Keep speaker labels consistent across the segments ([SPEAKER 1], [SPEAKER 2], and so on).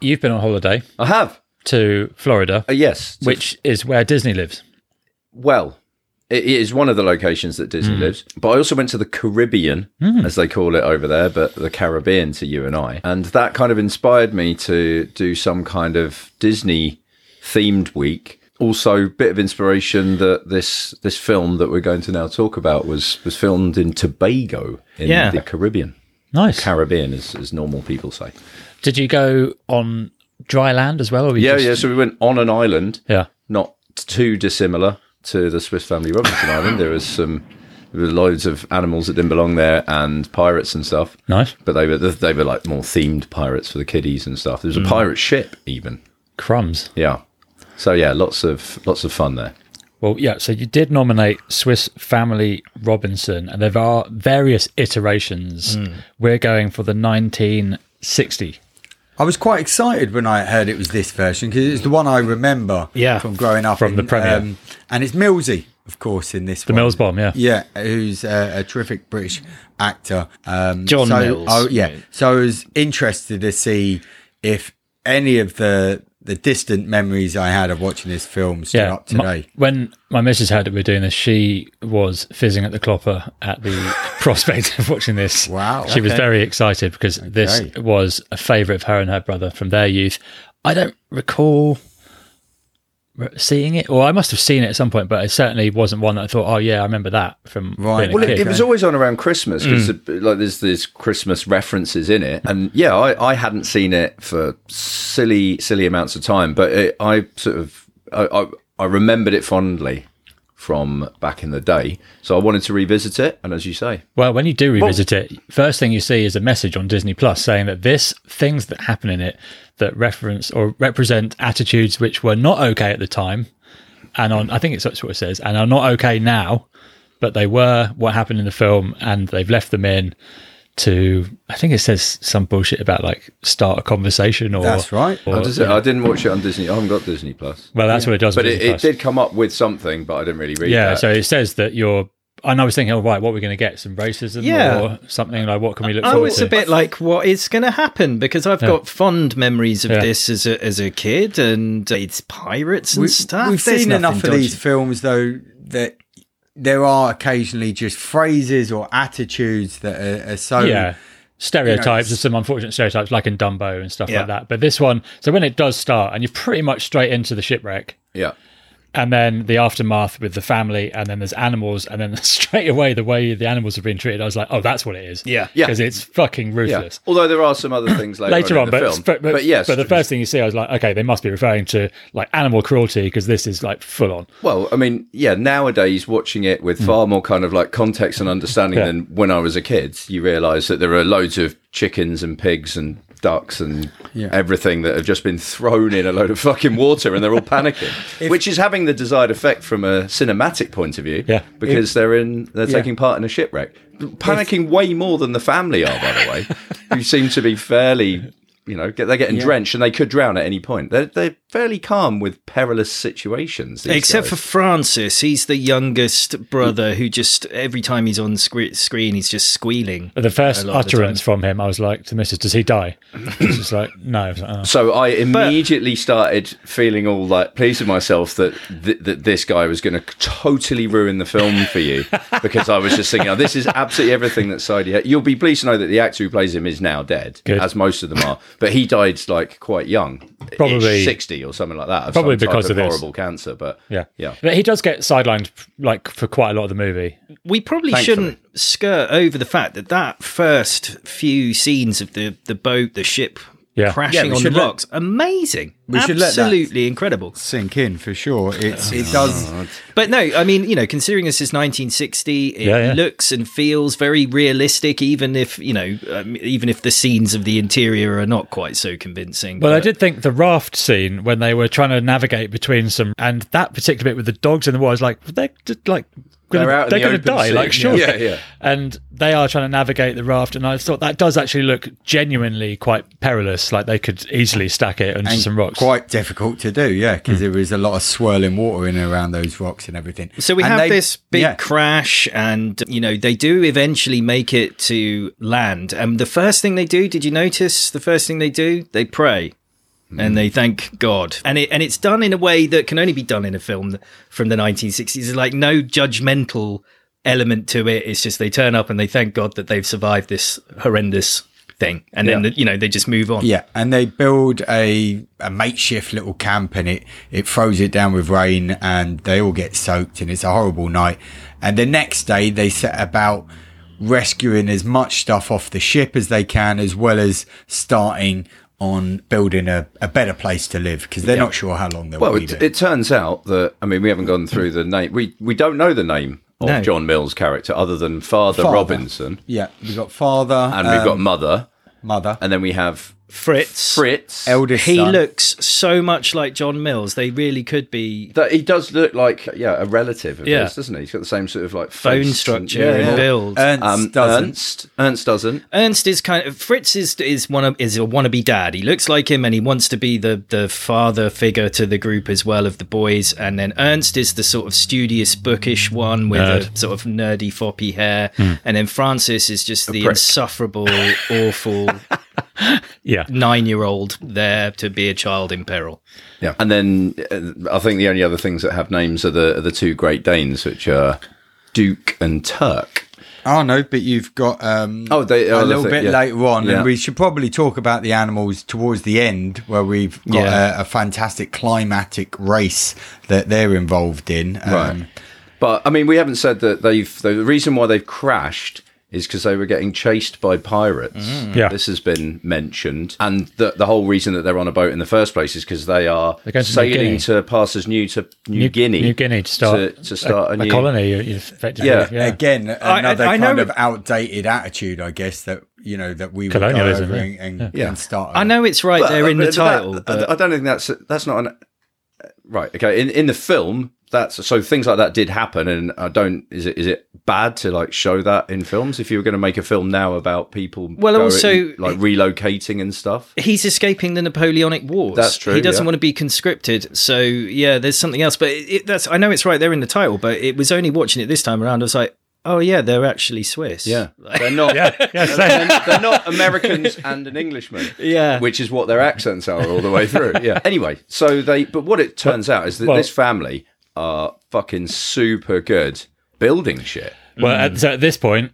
[SPEAKER 1] you've been on holiday
[SPEAKER 2] I have.
[SPEAKER 1] to Florida,
[SPEAKER 2] Uh, yes. to-
[SPEAKER 1] which is where Disney lives.
[SPEAKER 2] well, it it is one of the locations that Disney lives. But I also went to the Caribbean, as they call it over there, but the Caribbean to you and I. And that kind of inspired me to do some kind of Disney themed week. Also, bit of inspiration that this this film that we're going to now talk about was was filmed in Tobago in
[SPEAKER 1] Yeah.
[SPEAKER 2] the Caribbean.
[SPEAKER 1] Nice.
[SPEAKER 2] Caribbean, as, as normal people say.
[SPEAKER 1] Did you go on dry land as well? Or were you
[SPEAKER 2] Yeah,
[SPEAKER 1] just-
[SPEAKER 2] yeah. So we went on an island.
[SPEAKER 1] Yeah.
[SPEAKER 2] not too dissimilar to the Swiss Family Robinson Island. There was some there were loads of animals that didn't belong there and pirates and stuff.
[SPEAKER 1] Nice.
[SPEAKER 2] But they were they were like more themed pirates for the kiddies and stuff. There was a pirate ship even.
[SPEAKER 1] Crumbs.
[SPEAKER 2] Yeah. So yeah, lots of lots of fun there.
[SPEAKER 1] Well, yeah. So you did nominate Swiss Family Robinson, and there are various iterations. We're going for the 1960.
[SPEAKER 3] I was quite excited when I heard it was this version because it's the one I remember
[SPEAKER 1] Yeah,
[SPEAKER 3] from growing up. um,
[SPEAKER 1] from the premiere.
[SPEAKER 3] and it's Millsy, of course, in this
[SPEAKER 1] The
[SPEAKER 3] one.
[SPEAKER 1] Mills bomb, yeah.
[SPEAKER 3] Yeah, who's a, a terrific British actor. Um,
[SPEAKER 4] John
[SPEAKER 3] so,
[SPEAKER 4] Mills.
[SPEAKER 3] Oh, yeah. So I was interested to see if any of the the distant memories I had of watching this film stood
[SPEAKER 1] Yeah.
[SPEAKER 3] up
[SPEAKER 1] My-
[SPEAKER 3] today.
[SPEAKER 1] when my missus heard that we were doing this, she was fizzing at the clopper at the prospect of watching this.
[SPEAKER 3] Wow.
[SPEAKER 1] She was very excited because this
[SPEAKER 3] Okay.
[SPEAKER 1] was a favourite of her and her brother from their youth. I don't recall re- seeing it, or I must have seen it at some point, but it certainly wasn't one that I thought, oh, yeah, I remember that from
[SPEAKER 3] Right.
[SPEAKER 1] being a
[SPEAKER 2] Well,
[SPEAKER 1] kid.
[SPEAKER 2] it, it was always on around Christmas because
[SPEAKER 1] Mm.
[SPEAKER 2] like there's there's Christmas references in it, and yeah, I, I hadn't seen it for silly silly amounts of time, but it, I sort of I, I I remembered it fondly from back in the day, so I wanted to revisit it. And as you say,
[SPEAKER 1] Well, when you do revisit it, first thing you see is a message on Disney Plus saying that this things that happen in it that reference or represent attitudes which were not okay at the time, and on I think it's that's what it says, and are not okay now, but they were what happened in the film, and they've left them in to I think it says some bullshit about like start a conversation or
[SPEAKER 3] That's right.
[SPEAKER 1] or-
[SPEAKER 2] I, just- I didn't watch it on Disney. I haven't got Disney Plus,
[SPEAKER 1] well, that's what it does.
[SPEAKER 2] but
[SPEAKER 1] with
[SPEAKER 2] it,
[SPEAKER 1] Disney
[SPEAKER 2] it
[SPEAKER 1] Plus.
[SPEAKER 2] did come up with something, but I didn't really read.
[SPEAKER 1] Yeah,
[SPEAKER 2] that.
[SPEAKER 1] so it says that you're. And I was thinking, oh, right, what we're going to get? Some racism
[SPEAKER 4] Yeah.
[SPEAKER 1] or something like what can we look
[SPEAKER 4] I
[SPEAKER 1] forward
[SPEAKER 4] was
[SPEAKER 1] to?
[SPEAKER 4] a bit like, what is going to happen? Because I've got fond memories of
[SPEAKER 1] Yeah.
[SPEAKER 4] this as a, as a kid, and it's pirates and stuff.
[SPEAKER 3] We've
[SPEAKER 4] There's
[SPEAKER 3] seen
[SPEAKER 4] nothing
[SPEAKER 3] enough of
[SPEAKER 4] dodgy.
[SPEAKER 3] these films, though, that there are occasionally just phrases or attitudes that are, are so.
[SPEAKER 1] yeah stereotypes
[SPEAKER 3] you know,
[SPEAKER 1] there's some unfortunate stereotypes like in dumbo and stuff
[SPEAKER 4] Yeah.
[SPEAKER 1] like that but this one so when it does start and you're pretty much straight into the shipwreck
[SPEAKER 2] yeah.
[SPEAKER 1] and then the aftermath with the family and then there's animals and then straight away the way the animals have been treated i was like oh that's what it is
[SPEAKER 4] Yeah.
[SPEAKER 2] Yeah.
[SPEAKER 1] because it's fucking
[SPEAKER 2] Yeah.
[SPEAKER 1] ruthless
[SPEAKER 2] Although there are some other things later,
[SPEAKER 1] Later
[SPEAKER 2] on,
[SPEAKER 1] on,
[SPEAKER 2] in the
[SPEAKER 1] but,
[SPEAKER 2] film.
[SPEAKER 1] but, but
[SPEAKER 2] yes,
[SPEAKER 1] but the first thing you see, I was like, okay, they must be referring to like animal cruelty because this is like full on.
[SPEAKER 2] Well, I mean, yeah, nowadays watching it with far more kind of like context and understanding
[SPEAKER 1] Yeah.
[SPEAKER 2] than when I was a kid, you realise that there are loads of chickens and pigs and ducks and everything that have just been thrown in a load of fucking water and they're all panicking, which is having the desired effect from a cinematic point of view.
[SPEAKER 1] Yeah.
[SPEAKER 2] Because they're in, they're taking part in a shipwreck, panicking way more than the family are, by the way, who seem to be fairly. You know, get- they're getting drenched and they could drown at any point. They're, they're fairly calm with perilous situations. these
[SPEAKER 4] Except
[SPEAKER 2] guys.
[SPEAKER 4] for Francis, he's the youngest
[SPEAKER 1] Mm.
[SPEAKER 4] brother who just every time he's on scre- screen, he's just squealing.
[SPEAKER 1] But the first
[SPEAKER 4] A lot of the
[SPEAKER 1] utterance from him, I was like to Mrs. Does he die? She's just like, no. I was like, "Oh."
[SPEAKER 2] So I immediately started feeling all like pleased with myself that th- that this guy was going to totally ruin the film for you because I was just thinking, oh, this is absolutely everything that Saidi. had." You'll be pleased to know that the actor who plays him is now dead,
[SPEAKER 1] Good.
[SPEAKER 2] as most of them are, but he died like quite young,
[SPEAKER 1] Probably-
[SPEAKER 2] sixty or something like that, of
[SPEAKER 1] probably
[SPEAKER 2] some type
[SPEAKER 1] because of this.
[SPEAKER 2] horrible cancer. But
[SPEAKER 1] Yeah,
[SPEAKER 2] yeah.
[SPEAKER 1] But he does get sidelined like for quite a lot of the movie.
[SPEAKER 4] We probably
[SPEAKER 2] Thankfully.
[SPEAKER 4] shouldn't skirt over the fact that that first few scenes of the, the boat, the ship
[SPEAKER 1] Yeah.
[SPEAKER 4] crashing
[SPEAKER 3] Yeah, we
[SPEAKER 4] on the
[SPEAKER 3] should let-
[SPEAKER 4] rocks, amazing.
[SPEAKER 3] We should let that-
[SPEAKER 4] Absolutely incredible.
[SPEAKER 3] Sink in for sure.
[SPEAKER 4] Oh,
[SPEAKER 3] It's, it does.
[SPEAKER 4] But no, I mean, you know, considering this is 1960, it
[SPEAKER 1] Yeah, yeah.
[SPEAKER 4] looks and feels very realistic, even if, you know, um, even if the scenes of the interior are not quite so convincing.
[SPEAKER 1] Well, I
[SPEAKER 4] But-
[SPEAKER 1] did think the raft scene when they were trying to navigate between some, and that particular bit with the dogs in the water, I was like, they're just like, gonna,
[SPEAKER 2] They're out in
[SPEAKER 1] they're
[SPEAKER 2] the
[SPEAKER 1] gonna
[SPEAKER 2] open
[SPEAKER 1] die,
[SPEAKER 2] sea.
[SPEAKER 1] like, sure.
[SPEAKER 2] Yeah, yeah.
[SPEAKER 1] And they are trying to navigate the raft, and I thought that does actually look genuinely quite perilous. Like they could easily stack it onto
[SPEAKER 3] and
[SPEAKER 1] some rocks.
[SPEAKER 3] Quite difficult to do, yeah, because there is a lot of swirling water in and around those rocks and everything.
[SPEAKER 4] So we
[SPEAKER 3] And
[SPEAKER 4] have
[SPEAKER 3] they-
[SPEAKER 4] this big
[SPEAKER 3] yeah.
[SPEAKER 4] crash, and you know they do eventually make it to land. And the first thing they do, did you notice? The first thing they do, they pray. and they thank God. And it and it's done in a way that can only be done in a film from the 1960s. There's like no judgmental element to it. It's just they turn up and they thank God that they've survived this horrendous thing, and then you know they just move on.
[SPEAKER 3] Yeah, and they build a, a makeshift little camp, and it it throws it down with rain, and they all get soaked, and it's a horrible night. And the next day, they set about rescuing as much stuff off the ship as they can, as well as starting on building a, a better place to live because they're not sure how long they'll
[SPEAKER 2] Well,
[SPEAKER 3] be
[SPEAKER 2] it,
[SPEAKER 3] there.
[SPEAKER 2] it turns out that I mean we haven't gone through the name. We we don't know the name of
[SPEAKER 4] No.
[SPEAKER 2] John Mill's character other than Father,
[SPEAKER 3] Father.
[SPEAKER 2] Robinson,
[SPEAKER 3] yeah, we've got father
[SPEAKER 2] and we've got Mother,
[SPEAKER 3] mother,
[SPEAKER 2] and then we have
[SPEAKER 4] Fritz.
[SPEAKER 2] Fritz.
[SPEAKER 3] eldest
[SPEAKER 4] He
[SPEAKER 3] son.
[SPEAKER 4] looks so much like John Mills. They really could be
[SPEAKER 2] that he does look like yeah a relative of
[SPEAKER 4] Yeah.
[SPEAKER 2] his, doesn't he? He's got the same sort of like
[SPEAKER 4] bone
[SPEAKER 2] face and-
[SPEAKER 4] structure
[SPEAKER 2] Yeah,
[SPEAKER 4] and
[SPEAKER 2] yeah.
[SPEAKER 4] build.
[SPEAKER 3] Ernst
[SPEAKER 2] Um,
[SPEAKER 3] doesn't.
[SPEAKER 2] Ernst Ernst doesn't.
[SPEAKER 4] Ernst is kind of Fritz is is one of is a wannabe dad. He looks like him and he wants to be the the father figure to the group as well of the boys. And then Ernst is the sort of studious, bookish one with a
[SPEAKER 1] Nerd.
[SPEAKER 4] sort of nerdy, foppy hair. And then Francis is just the
[SPEAKER 2] Hmm. prick.
[SPEAKER 4] insufferable, awful
[SPEAKER 1] Yeah.
[SPEAKER 4] nine year old there to be a child in peril.
[SPEAKER 2] Yeah, and then uh, I think the only other things that have names are the are the two Great Danes, which are Duke and Turk.
[SPEAKER 3] Oh no, but you've got um,
[SPEAKER 2] Oh, they- oh,
[SPEAKER 3] a
[SPEAKER 2] that's
[SPEAKER 3] little
[SPEAKER 2] it,
[SPEAKER 3] bit
[SPEAKER 2] yeah.
[SPEAKER 3] later on,
[SPEAKER 2] Yeah.
[SPEAKER 3] and we should probably talk about the animals towards the end, where we've got
[SPEAKER 4] Yeah.
[SPEAKER 3] a, a fantastic climatic race that they're involved in. Um,
[SPEAKER 2] Right. But I mean, we haven't said that they've. The reason why they've crashed is because they were getting chased by pirates.
[SPEAKER 1] Yeah.
[SPEAKER 2] This has been mentioned, and the the whole reason that they're on a boat in the first place is because they are
[SPEAKER 1] going to New
[SPEAKER 2] sailing
[SPEAKER 1] Guinea.
[SPEAKER 2] to pass as new to New, Guinea,
[SPEAKER 1] New Guinea to start
[SPEAKER 2] to, to start a,
[SPEAKER 1] a
[SPEAKER 2] new
[SPEAKER 1] colony. you- you Effectively,
[SPEAKER 2] Yeah.
[SPEAKER 1] yeah.
[SPEAKER 3] Again, another
[SPEAKER 4] I- I
[SPEAKER 3] kind
[SPEAKER 4] know-
[SPEAKER 3] of outdated attitude, I guess that you know that we would
[SPEAKER 1] Colonialism,
[SPEAKER 3] go over
[SPEAKER 1] yeah.
[SPEAKER 3] and, and,
[SPEAKER 2] Yeah.
[SPEAKER 3] and start.
[SPEAKER 4] I know it's right
[SPEAKER 2] But- uh,
[SPEAKER 4] there in the
[SPEAKER 2] but
[SPEAKER 4] title,
[SPEAKER 2] that-
[SPEAKER 4] but
[SPEAKER 2] I don't think that's that's not an right. Okay, in in the film, that's so things like that did happen, and I don't. Is it is it bad to like show that in films? If you were going to make a film now about people,
[SPEAKER 4] Well, also-
[SPEAKER 2] like relocating and stuff.
[SPEAKER 4] he's escaping the Napoleonic Wars.
[SPEAKER 2] That's true,
[SPEAKER 4] He doesn't
[SPEAKER 2] yeah.
[SPEAKER 4] want to be conscripted. So yeah, there's something else. But it, it- that's I know it's right there in the title, but it was only watching it this time around. I was like, oh yeah, they're actually Swiss.
[SPEAKER 2] Yeah, they're not.
[SPEAKER 1] yeah,
[SPEAKER 2] They're,
[SPEAKER 1] same.
[SPEAKER 2] they're not Americans and an Englishman.
[SPEAKER 4] Yeah.
[SPEAKER 2] which is what their accents are all the way through. Yeah. Anyway, so they. But what it turns out is that
[SPEAKER 1] Well-
[SPEAKER 2] this family are fucking super good building shit.
[SPEAKER 1] Well, at, so at this point,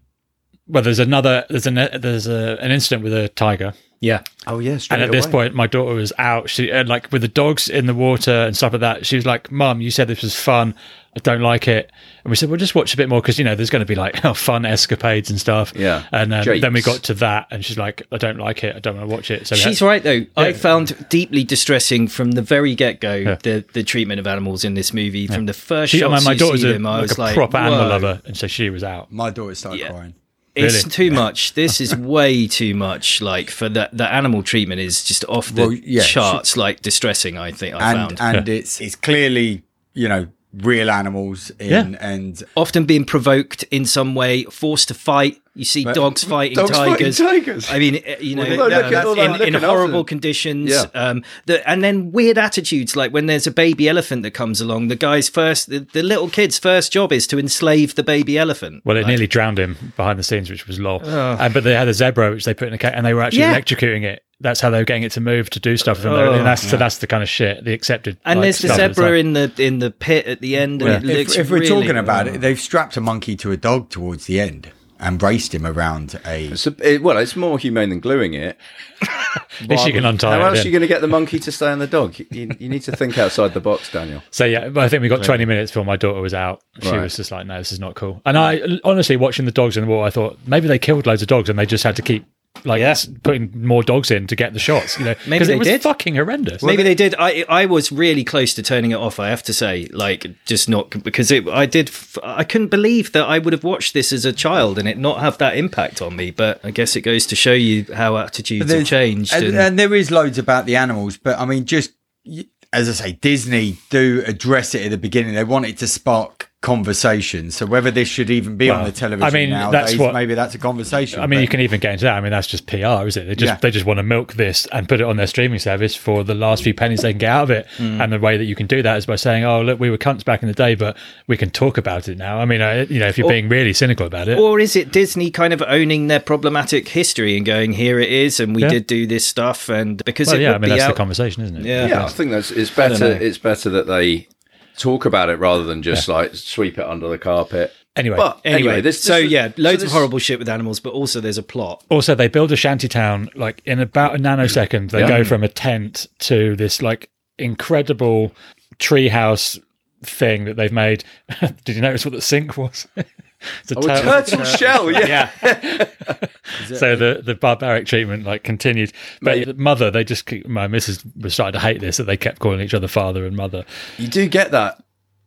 [SPEAKER 1] well, there's another, there's an, there's a, an incident with a tiger,
[SPEAKER 4] yeah.
[SPEAKER 2] Oh yes,
[SPEAKER 1] and at this point, my daughter was out. She and like with the dogs in the water and stuff like that. She was like, "Mum, you said this was fun. I don't like it." And we said, "Well, just watch a bit more because you know there's going to be like oh, fun escapades and stuff."
[SPEAKER 2] Yeah.
[SPEAKER 1] And um,
[SPEAKER 2] Japes.
[SPEAKER 1] then we got to that, and she's like, "I don't like it. I don't want to watch it." So we had-
[SPEAKER 4] She's right though. I found deeply distressing from the very get go the, the treatment of animals in this movie. From the first
[SPEAKER 1] She,
[SPEAKER 4] shot,
[SPEAKER 1] my, my daughter's a,
[SPEAKER 4] them, I
[SPEAKER 1] like
[SPEAKER 4] was
[SPEAKER 1] a
[SPEAKER 4] like,
[SPEAKER 1] proper animal
[SPEAKER 4] "Whoa,
[SPEAKER 1] lover, and so she was out.
[SPEAKER 3] my daughter started crying.
[SPEAKER 4] It's
[SPEAKER 1] Really?
[SPEAKER 4] too much. This is way too much. Like for the the animal treatment is just off the
[SPEAKER 3] Well, yeah, she-
[SPEAKER 4] charts. like distressing. I think I found
[SPEAKER 3] and and it's it's clearly you know real animals in
[SPEAKER 1] Yeah.
[SPEAKER 3] and
[SPEAKER 4] often being provoked in some way, forced to fight. You see dogs fighting
[SPEAKER 2] dogs fighting
[SPEAKER 4] tigers.
[SPEAKER 2] tigers.
[SPEAKER 4] I mean, uh, you know,
[SPEAKER 2] Well, look at
[SPEAKER 4] um,
[SPEAKER 2] all that
[SPEAKER 4] in, in
[SPEAKER 2] looking after
[SPEAKER 4] horrible
[SPEAKER 2] them.
[SPEAKER 4] conditions.
[SPEAKER 2] Yeah.
[SPEAKER 4] Um, the, and then weird attitudes, like when there's a baby elephant that comes along. The guy's first, the, the little kid's first job is to enslave the baby elephant.
[SPEAKER 1] Well, it nearly drowned him behind the scenes, which was lol. And, but they had a zebra, which they put in a cage, and they were actually
[SPEAKER 4] Yeah.
[SPEAKER 1] electrocuting it. That's how they were getting it to move to do stuff. with them. and that's so that's the kind of shit the accepted.
[SPEAKER 4] and
[SPEAKER 1] like,
[SPEAKER 4] there's the
[SPEAKER 1] stuff at
[SPEAKER 4] zebra
[SPEAKER 1] time.
[SPEAKER 4] in the in the pit at the end, and it
[SPEAKER 3] if,
[SPEAKER 4] looks
[SPEAKER 3] if we're
[SPEAKER 4] really-
[SPEAKER 3] talking about it, they've strapped a monkey to a dog towards the end and braced him around a
[SPEAKER 2] So, it, well, it's more humane than gluing it.
[SPEAKER 1] At least you can untie
[SPEAKER 2] How
[SPEAKER 1] it.
[SPEAKER 2] else
[SPEAKER 1] then.
[SPEAKER 2] are you going to get the monkey to stay on the dog? You, you need to think outside the box, Daniel.
[SPEAKER 1] So yeah, but I think we got 20 minutes before my daughter was out. She
[SPEAKER 2] Right.
[SPEAKER 1] was just like, "No, this is not cool." And I honestly, watching the dogs in the water, I thought maybe they killed loads of dogs and they just had to keep like s- putting more dogs in to get the shots. You know,
[SPEAKER 4] Maybe
[SPEAKER 1] because
[SPEAKER 4] they
[SPEAKER 1] it was
[SPEAKER 4] did.
[SPEAKER 1] fucking horrendous.
[SPEAKER 4] Maybe they did. I I was really close to turning it off. I have to say, like, just not because it. I did. f- I couldn't believe that I would have watched this as a child and it not have that impact on me. But I guess it goes to show you how attitudes have
[SPEAKER 3] There's-
[SPEAKER 4] changed.
[SPEAKER 3] And,
[SPEAKER 4] and-
[SPEAKER 3] and there is loads about the animals, but I mean, just y- as I say, Disney do address it at the beginning. They want it to spark conversation. So whether this should even be on
[SPEAKER 1] Well,
[SPEAKER 3] the television
[SPEAKER 1] I mean, that's
[SPEAKER 3] nowadays,
[SPEAKER 1] what-
[SPEAKER 3] maybe that's a conversation.
[SPEAKER 1] I mean,
[SPEAKER 3] but-
[SPEAKER 1] you can even get into that. I mean, that's just PR, is it? They just
[SPEAKER 3] Yeah.
[SPEAKER 1] they just want to milk this and put it on their streaming service for the last few pennies they can get out of it.
[SPEAKER 4] Mm.
[SPEAKER 1] And the way that you can do that is by saying, "Oh, look, we were cunts back in the day, but we can talk about it now." I mean, I, you know, if you're being really cynical about it,
[SPEAKER 4] Or is it Disney kind of owning their problematic history and going, here it is, and we
[SPEAKER 1] Yeah.
[SPEAKER 4] did do this stuff, and because
[SPEAKER 1] well,
[SPEAKER 4] it
[SPEAKER 1] yeah,
[SPEAKER 4] would
[SPEAKER 1] I mean,
[SPEAKER 4] be
[SPEAKER 1] that's
[SPEAKER 4] out.
[SPEAKER 1] the conversation, isn't it?
[SPEAKER 4] yeah.
[SPEAKER 2] Yeah, I think that's it's better. It's better that they talk about it rather than just like sweep it under the carpet.
[SPEAKER 1] Anyway,
[SPEAKER 2] But anyway, this,
[SPEAKER 4] so
[SPEAKER 2] this-
[SPEAKER 4] yeah,
[SPEAKER 2] so
[SPEAKER 4] loads of
[SPEAKER 2] this-
[SPEAKER 4] horrible shit with animals, but also there's a plot.
[SPEAKER 1] also they build a shanty town like in about a nanosecond they go from a tent to this like incredible treehouse thing that they've made did you notice what the sink was it's a
[SPEAKER 2] Oh, a
[SPEAKER 1] turtle.
[SPEAKER 2] turtle shell, yeah.
[SPEAKER 1] so the, the barbaric treatment like continued but
[SPEAKER 2] Mate.
[SPEAKER 1] mother they just keep- my missus was starting to hate this that they kept calling each other father and mother
[SPEAKER 2] You do get that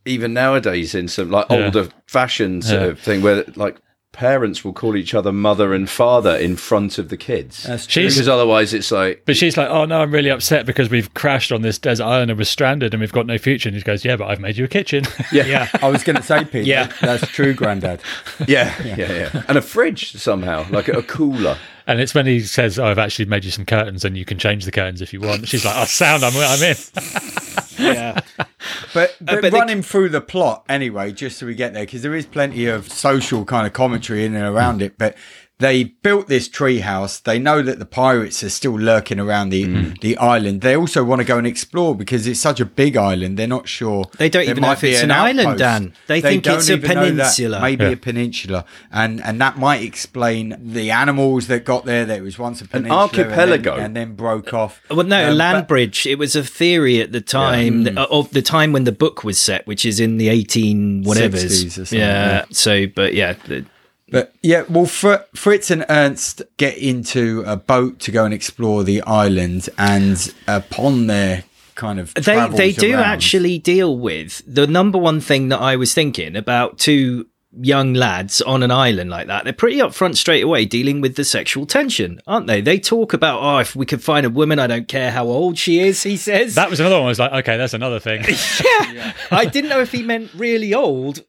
[SPEAKER 2] even nowadays in some like
[SPEAKER 1] Yeah.
[SPEAKER 2] older fashioned sort of thing where like parents will call each other mother and father in front of the kids.
[SPEAKER 1] true.
[SPEAKER 2] because otherwise it's like
[SPEAKER 1] but she's like oh no i'm really upset because we've crashed on this desert island and we're stranded and we've got no future and he goes yeah but i've made you a kitchen
[SPEAKER 2] yeah,
[SPEAKER 3] I was going to say, Pete.
[SPEAKER 4] Yeah.
[SPEAKER 3] that- that's true, Grandad.
[SPEAKER 2] yeah, yeah, yeah. and a fridge somehow, like a cooler.
[SPEAKER 1] And it's when he says, oh, "I've actually made you some curtains, and you can change the curtains if you want." She's like, "I sound, I'm, I'm in."
[SPEAKER 4] Yeah.
[SPEAKER 3] But, but,
[SPEAKER 4] Uh, but they-
[SPEAKER 3] running through the plot anyway, just so we get there, because there is plenty of social kind of commentary in and around it. But they built this treehouse. They know that the pirates are still lurking around the,
[SPEAKER 4] Mm.
[SPEAKER 3] the island. They also want to go and explore because it's such a big island. They're not sure.
[SPEAKER 4] They don't
[SPEAKER 3] There
[SPEAKER 4] even know
[SPEAKER 3] might
[SPEAKER 4] if
[SPEAKER 3] be
[SPEAKER 4] it's an island,
[SPEAKER 3] outpost.
[SPEAKER 4] Dan. They think
[SPEAKER 3] don't
[SPEAKER 4] it's a
[SPEAKER 3] even know that.
[SPEAKER 4] peninsula.
[SPEAKER 3] Maybe
[SPEAKER 1] Yeah.
[SPEAKER 3] a peninsula, and and that might explain the animals that got there. That it was once a peninsula, and then-
[SPEAKER 2] archipelago.
[SPEAKER 3] and then, broke off.
[SPEAKER 4] Well, no,
[SPEAKER 3] Um,
[SPEAKER 4] land
[SPEAKER 3] but- Hmm.
[SPEAKER 4] bridge. It was a theory at the time uh, of the time when the book was set, which is in the eighteen whatever's.
[SPEAKER 3] 60s or something,
[SPEAKER 4] yeah. So, but yeah, the-
[SPEAKER 3] But yeah, well, Fr- Fritz and Ernst get into a boat to go and explore the island, and upon their kind of
[SPEAKER 4] they
[SPEAKER 3] travels
[SPEAKER 4] they do
[SPEAKER 3] around-
[SPEAKER 4] actually deal with the number one thing that I was thinking about two young lads on an island like that. They're pretty upfront straight away dealing with the sexual tension, aren't they? They talk about oh, if we could find a woman, I don't care how old she is. He says
[SPEAKER 1] That was another one. I was like, "Okay, that's another thing."
[SPEAKER 4] I didn't know if he meant really old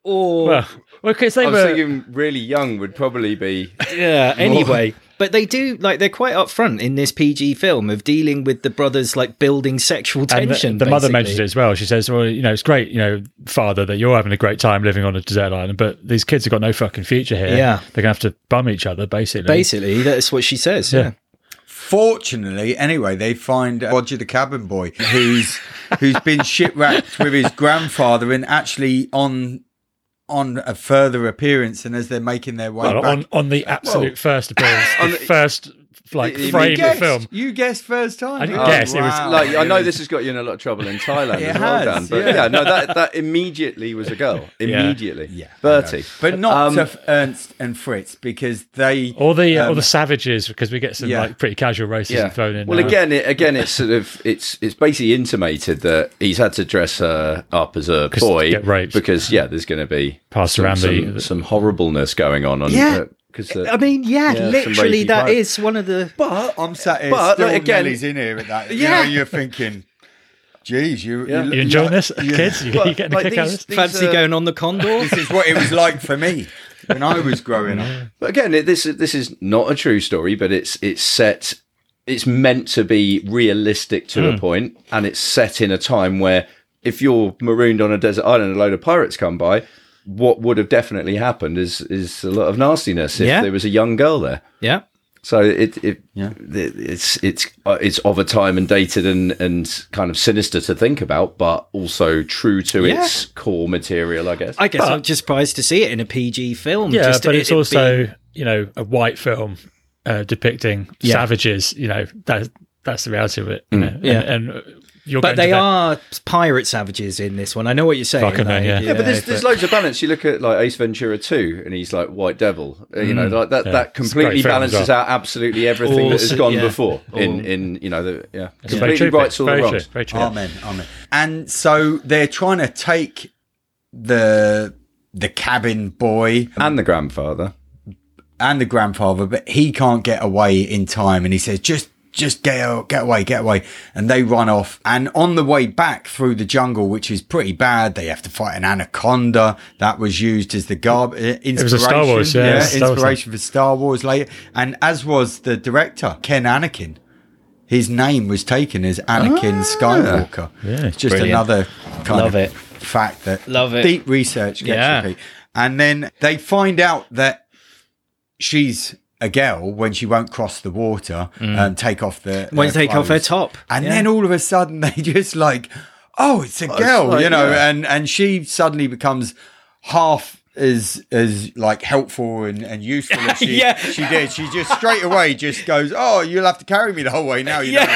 [SPEAKER 4] or
[SPEAKER 1] well, because they
[SPEAKER 2] I was
[SPEAKER 1] were.
[SPEAKER 2] thinking really young would probably be
[SPEAKER 4] yeah. Anyway. But they do like they're quite upfront in this PG film of dealing with the brothers like building sexual
[SPEAKER 1] and the,
[SPEAKER 4] tension.
[SPEAKER 1] the mother
[SPEAKER 4] basically.
[SPEAKER 1] mentions it as well. She says, "Well, you know, it's great, you know, father, that you're having a great time living on a desert island, but these kids have got no fucking future here.
[SPEAKER 4] Yeah.
[SPEAKER 1] they're gonna have to bum each other, basically.
[SPEAKER 4] Basically, that's what she says. yeah.
[SPEAKER 3] Fortunately, anyway, they find Roger the cabin boy, who's who's been shipwrecked with his grandfather, and actually on on a further appearance, and as they're making their way
[SPEAKER 1] Well,
[SPEAKER 3] back.
[SPEAKER 1] on on the absolute first appearance, the first like
[SPEAKER 2] You
[SPEAKER 1] frame
[SPEAKER 3] you
[SPEAKER 1] of
[SPEAKER 3] guessed,
[SPEAKER 1] film.
[SPEAKER 3] you guessed first time.
[SPEAKER 1] I didn't guess, it was
[SPEAKER 2] like I know this has got you in a lot of trouble in Thailand
[SPEAKER 3] It
[SPEAKER 2] as well,
[SPEAKER 3] has,
[SPEAKER 2] Dan. But
[SPEAKER 3] yeah.
[SPEAKER 2] yeah, no, that that immediately was a girl. Immediately,
[SPEAKER 3] Yeah, I
[SPEAKER 2] Bertie.
[SPEAKER 3] know. but not
[SPEAKER 2] Um,
[SPEAKER 3] to F- Ernst and Fritz because they
[SPEAKER 1] All the all
[SPEAKER 3] um,
[SPEAKER 1] the savages, because we get some
[SPEAKER 3] yeah.
[SPEAKER 1] like pretty casual racism
[SPEAKER 2] Yeah.
[SPEAKER 1] thrown in.
[SPEAKER 2] Well,
[SPEAKER 1] now.
[SPEAKER 2] again, it, again, it's sort of it's it's basically intimated that he's had to dress her up as a boy
[SPEAKER 1] get raped.
[SPEAKER 2] because yeah, there's going to be
[SPEAKER 1] Passed
[SPEAKER 2] some,
[SPEAKER 1] around
[SPEAKER 2] some,
[SPEAKER 1] the-
[SPEAKER 2] some horribleness going on. uh, on
[SPEAKER 4] Yeah.
[SPEAKER 2] because
[SPEAKER 4] I mean, yeah,
[SPEAKER 2] Yeah, some
[SPEAKER 4] literally,
[SPEAKER 2] rapey
[SPEAKER 4] that
[SPEAKER 2] bloke.
[SPEAKER 4] is one of the.
[SPEAKER 3] But I'm sat here.
[SPEAKER 2] But,
[SPEAKER 3] still
[SPEAKER 2] like, again-
[SPEAKER 3] Nelly's in here at that.
[SPEAKER 4] Yeah.
[SPEAKER 3] You know, you're thinking, geez, you,
[SPEAKER 2] Yeah.
[SPEAKER 1] you enjoying this, kids? You, you getting a
[SPEAKER 2] like
[SPEAKER 1] kick out of
[SPEAKER 2] these-
[SPEAKER 1] this?
[SPEAKER 4] Fancy
[SPEAKER 2] are-
[SPEAKER 4] going on the condor?
[SPEAKER 3] This is what it was like for me when I was growing up.
[SPEAKER 2] But again, it, this this is not a true story, but it's it's set. It's meant to be realistic to
[SPEAKER 4] Hmm.
[SPEAKER 2] a point, and it's set in a time where if you're marooned on a desert island and a load of pirates come by, what would have definitely happened is is a lot of nastiness if
[SPEAKER 4] Yeah.
[SPEAKER 2] there was a young girl there.
[SPEAKER 4] yeah.
[SPEAKER 2] So it it, it it's it's uh, it's of a time and dated and and kind of sinister to think about, but also true to
[SPEAKER 4] Yeah.
[SPEAKER 2] its core material, I guess.
[SPEAKER 4] I guess I'm just surprised to see it in a PG film.
[SPEAKER 1] Yeah,
[SPEAKER 4] just
[SPEAKER 1] but
[SPEAKER 4] it-
[SPEAKER 1] it's
[SPEAKER 4] it
[SPEAKER 1] also
[SPEAKER 4] being-
[SPEAKER 1] you know a white film uh, depicting
[SPEAKER 4] Yeah.
[SPEAKER 1] savages. You know that that's the reality of it.
[SPEAKER 2] Mm,
[SPEAKER 1] you know,
[SPEAKER 4] Yeah.
[SPEAKER 1] and, and you're
[SPEAKER 4] But
[SPEAKER 1] going to
[SPEAKER 4] they
[SPEAKER 1] that-
[SPEAKER 4] are pirate savages in this one. I know what you're saying.
[SPEAKER 1] Fucking
[SPEAKER 4] though.
[SPEAKER 1] hell, yeah.
[SPEAKER 2] Yeah, but there's, there's loads of balance. You look at like Ace Ventura 2, and he's like White Devil. Uh, You know, like that that
[SPEAKER 1] Mm, It's a great
[SPEAKER 2] completely
[SPEAKER 1] film as
[SPEAKER 2] balances
[SPEAKER 1] well.
[SPEAKER 2] out absolutely everything
[SPEAKER 4] All
[SPEAKER 2] that has
[SPEAKER 4] s-
[SPEAKER 2] gone
[SPEAKER 4] yeah.
[SPEAKER 2] before.
[SPEAKER 4] All-
[SPEAKER 2] In in you know, the, yeah,
[SPEAKER 1] It's very
[SPEAKER 2] completely
[SPEAKER 1] true,
[SPEAKER 2] rights all
[SPEAKER 1] very
[SPEAKER 2] the
[SPEAKER 1] true,
[SPEAKER 2] wrongs. Oh,
[SPEAKER 1] very true.
[SPEAKER 3] Amen. Amen. And so they're trying to take the the cabin boy
[SPEAKER 2] And the grandfather.
[SPEAKER 3] and the grandfather, but he can't get away in time. And he says, just just get out, get away, get away. And they run off. And on the way back through the jungle, which is pretty bad, they have to fight an anaconda that was used as the garb. uh, Inspiration,
[SPEAKER 1] was a Star Wars, yeah, it was a Star Wars
[SPEAKER 3] inspiration for Star Wars later. And as was the director, Ken Anakin. His name was taken as Anakin Skywalker.
[SPEAKER 1] Ah. Yeah.
[SPEAKER 3] It's just
[SPEAKER 4] Brilliant.
[SPEAKER 3] another kind of
[SPEAKER 4] Love it.
[SPEAKER 3] fact that
[SPEAKER 4] Love it.
[SPEAKER 3] deep research gets
[SPEAKER 4] Yeah.
[SPEAKER 3] you, Pete. And then they find out that she's a girl when she won't cross the water and take off the
[SPEAKER 4] Won't
[SPEAKER 3] their
[SPEAKER 4] Mm. take off her
[SPEAKER 3] clothes.
[SPEAKER 4] top.
[SPEAKER 3] And then all of a sudden they just like, oh, it's a girl,
[SPEAKER 2] like,
[SPEAKER 3] you know,
[SPEAKER 2] yeah.
[SPEAKER 3] and and she suddenly becomes half as as like helpful and, and useful as she,
[SPEAKER 4] Yeah.
[SPEAKER 3] she did. She just straight away just goes, Oh, you'll have to carry me the whole way now, you know I'm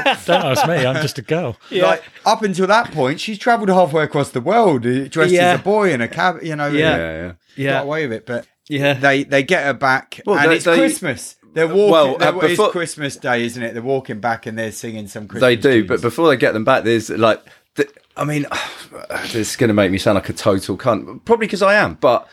[SPEAKER 3] a girl.
[SPEAKER 1] Don't ask me. I'm just a girl.
[SPEAKER 3] Like up until that point, she's travelled halfway across the world uh, dressed
[SPEAKER 4] Yeah.
[SPEAKER 3] as a boy in a cab, you know,
[SPEAKER 4] Yeah.
[SPEAKER 2] Yeah, yeah.
[SPEAKER 3] yeah.
[SPEAKER 4] Yeah.
[SPEAKER 3] got away with it. But
[SPEAKER 4] Yeah.
[SPEAKER 3] they they get her back,
[SPEAKER 2] Well,
[SPEAKER 3] and
[SPEAKER 2] they-
[SPEAKER 3] it's
[SPEAKER 2] they-
[SPEAKER 3] Christmas. They're walking.
[SPEAKER 2] Well,
[SPEAKER 3] they're-
[SPEAKER 2] uh, before-
[SPEAKER 3] it's Christmas Day, isn't it? They're walking back and they're singing some Christmas.
[SPEAKER 2] They do,
[SPEAKER 3] tunes.
[SPEAKER 2] but before they get them back, there's like, the, I mean, this is going to make me sound like a total cunt. Probably because I am, but